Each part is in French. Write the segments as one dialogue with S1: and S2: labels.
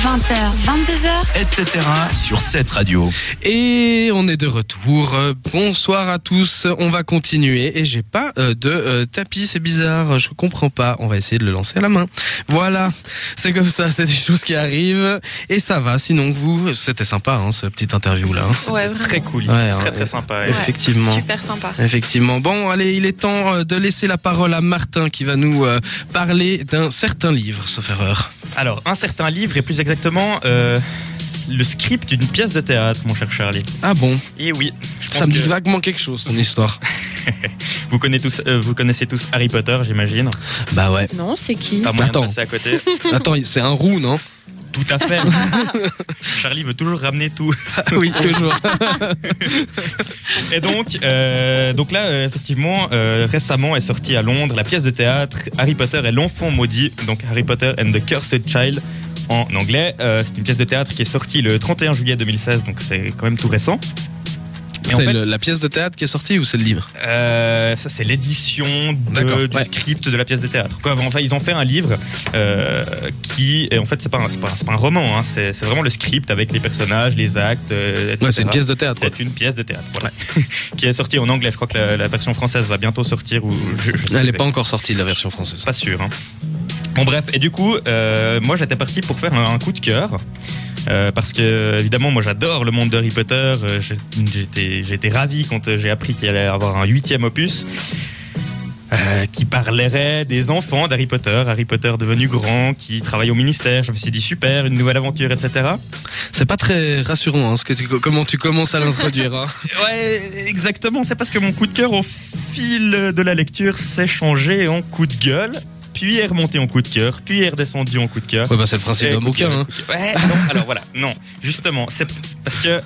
S1: 20h, 22h,
S2: etc. sur cette radio.
S3: Et on est de retour. Euh, Bonsoir à tous. On va continuer et j'ai pas euh, de euh, tapis, c'est bizarre. Je comprends pas. On va essayer de le lancer à la main. Voilà, c'est comme ça. C'est des choses qui arrivent et ça va. Sinon vous, c'était sympa hein, ce petit hein. interview là.
S4: Ouais, vraiment.
S5: Très cool,
S3: Ouais, hein,
S5: très
S3: et-
S5: très sympa.
S3: et- effectivement.
S4: Super sympa.
S3: Effectivement. Bon, allez, il est temps euh, de laisser la parole à Martin qui va nous euh, parler d'un certain livre, sauf erreur.
S5: Alors, un certain livre et plus exactement euh, le script d'une pièce de théâtre, mon cher Charlie.
S3: Ah bon,
S5: Et Eh oui, je pense
S3: ça me dit
S5: que
S3: vaguement quelque chose ton histoire.
S5: vous connaissez tous, euh, vous connaissez tous Harry Potter, j'imagine.
S3: Bah ouais.
S4: Non, c'est qui
S5: Pas moyen
S3: Attends.
S5: de passer à côté.
S3: Attends, c'est un roux, non
S5: Tout à fait. Charlie veut toujours ramener tout.
S3: Oui, toujours.
S5: Et donc, euh, donc là, euh, effectivement, euh, récemment est sortie à Londres la pièce de théâtre Harry Potter et l'enfant maudit, donc Harry Potter and the Cursed Child en anglais. Euh, c'est une pièce de théâtre qui est sortie le 31 juillet 2016, donc c'est quand même tout récent. Et en
S3: C'est
S5: fait-
S3: le- la pièce de théâtre qui est sortie ou c'est le livre
S5: Euh, ça c'est l'édition de-
S3: D'accord,
S5: du
S3: ouais.
S5: script de la pièce de théâtre. Quoi, enfin, ils ont fait un livre euh, qui, et en fait, c'est pas, un- c'est pas, c'est pas un roman, hein, c'est c'est vraiment le script avec les personnages, les actes. euh, etc.
S3: Ouais, c'est une pièce de théâtre. quoi.
S5: C'est une pièce de théâtre, voilà. qui est sortie en anglais. Je crois que la, la version française va bientôt sortir. Ou je, je sais
S3: Elle n'est
S5: pas
S3: pas encore sortie, la version française.
S5: pas sûr. hein. Bon bref, et du coup, euh, moi j'étais parti pour faire un, un coup de cœur. euh, parce que évidemment, moi j'adore le monde d'Harry Potter. euh, j'ai- J'étais j'étais ravi quand euh, j'ai appris qu'il allait avoir un huitième opus euh, qui parlerait des enfants d'Harry Potter, Harry Potter devenu grand, qui travaille au ministère. Je me suis dit super, une nouvelle aventure, etc.
S3: C'est pas très rassurant, hein, ce que tu- comment tu commences à l'introduire. hein.
S5: Ouais, exactement. C'est parce que mon coup de cœur, au fil de la lecture, s'est changé en coup de gueule, puis est remonté en coup de cœur, puis est redescendu en coup de cœur.
S3: Ouais, bah c'est le principe
S5: Eh,
S3: d'un
S5: écoute,
S3: bouquin. hein.
S5: écoute, Ouais, non, alors voilà, non, justement, c'est parce que.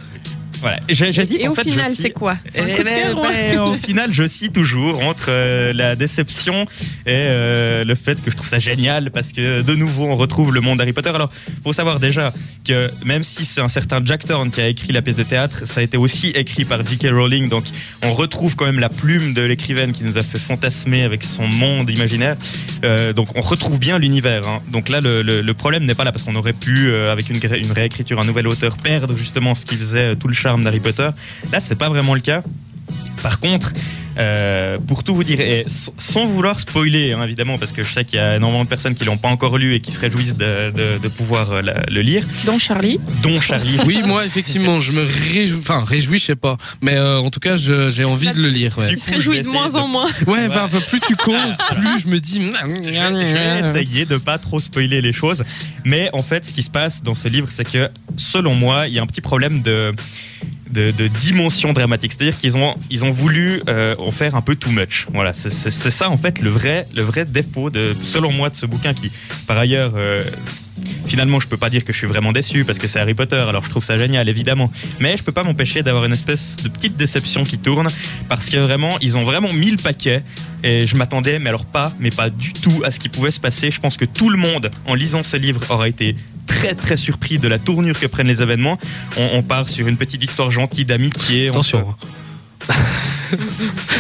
S5: Voilà, j'ai- j'hésite
S4: Et
S5: en
S4: au
S5: fait. je
S4: final,
S5: suis-
S4: c'est quoi C'est un
S5: Eh
S4: coup de
S5: ben,
S4: cœur, ouais.
S5: ben, au final, je suis toujours entre euh, la déception et euh, le fait que je trouve ça génial parce que de nouveau on retrouve le monde d'Harry Potter. Alors, faut savoir déjà que même si c'est un certain Jack Thorne qui a écrit la pièce de théâtre, ça a été aussi écrit par J.K. Rowling, donc on retrouve quand même la plume de l'écrivaine qui nous a fait fantasmer avec son monde imaginaire. Euh, donc on retrouve bien l'univers. hein. Donc là, le, le- le problème n'est pas là parce qu'on aurait pu, euh, avec une, gré- une réécriture, un nouvel auteur, perdre justement ce qui faisait euh, tout le charme d'Harry Potter. Là, c'est pas vraiment le cas. Par contre, euh, pour tout vous dire, et s- sans vouloir spoiler, hein, évidemment, parce que je sais qu'il y a énormément de personnes qui l'ont pas encore lu et qui se réjouissent de, de- de pouvoir euh, la- le lire,
S4: Donc Charlie.
S5: dont Charlie.
S3: euh, Oui, moi, effectivement, je me réjouis. Enfin, réjouis, je sais pas. Mais euh, en tout cas, je- j'ai envie de le lire. Ouais,
S5: Du
S4: Il
S5: coup,
S4: se
S5: je
S4: réjouit
S5: vais
S4: de
S5: essayer
S4: moins en moins.
S3: ouais bah, bah, plus tu causes, plus je me dis. mmm,
S5: Je vais essayer de pas trop spoiler les choses, mais en fait, ce qui se passe dans ce livre, c'est que selon moi, il y a un petit problème de de, de dimension dramatique, c'est-à-dire qu'ils ont ils ont voulu euh, en faire un peu too much. Voilà, c'est- c'est c'est ça en fait le vrai le vrai défaut de selon moi de ce bouquin qui, par ailleurs. euh, Finalement, je peux pas dire que je suis vraiment déçu parce que c'est Harry Potter, alors je trouve ça génial, évidemment. Mais je peux pas m'empêcher d'avoir une espèce de petite déception qui tourne parce que vraiment, ils ont vraiment mis le paquet et je m'attendais, mais alors pas, mais pas du tout à ce qui pouvait se passer. Je pense que tout le monde, en lisant ce livre, aura été très très surpris de la tournure que prennent les événements. On, on part sur une petite histoire gentille d'amitié.
S3: Attention. hein.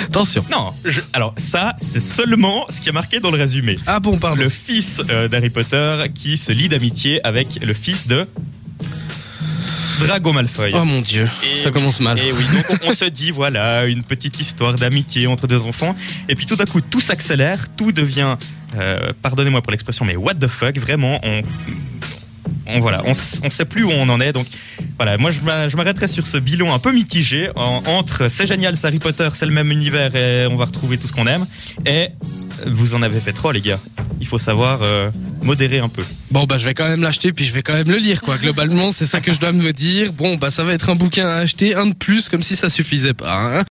S3: Attention.
S5: On- Non, je- alors ça, c'est seulement ce qui est marqué dans le résumé.
S3: Ah bon, pardon.
S5: Le fils euh, d'Harry Potter qui se lie d'amitié avec le fils de Drago Malfoy.
S3: Oh mon dieu,
S5: Et
S3: ça commence mal.
S5: Et oui, donc on, on se dit, voilà, une petite histoire d'amitié entre deux enfants. Et puis tout d'un coup, tout s'accélère, tout devient, euh, pardonnez-moi pour l'expression, mais what the fuck, vraiment, on. On, voilà, on, s- on sait plus où on en est. Donc voilà, moi je m'a- je m'arrêterai sur ce bilan un peu mitigé en- entre c'est génial, c'est Harry Potter, c'est le même univers et on va retrouver tout ce qu'on aime. Et euh, vous en avez fait trop, les gars. Il faut savoir euh, modérer un peu.
S3: Bon bah je vais quand même l'acheter puis je vais quand même le lire quoi. Globalement c'est ça que je dois me dire. Bon bah ça va être un bouquin à acheter, un de plus comme si ça suffisait pas. hein.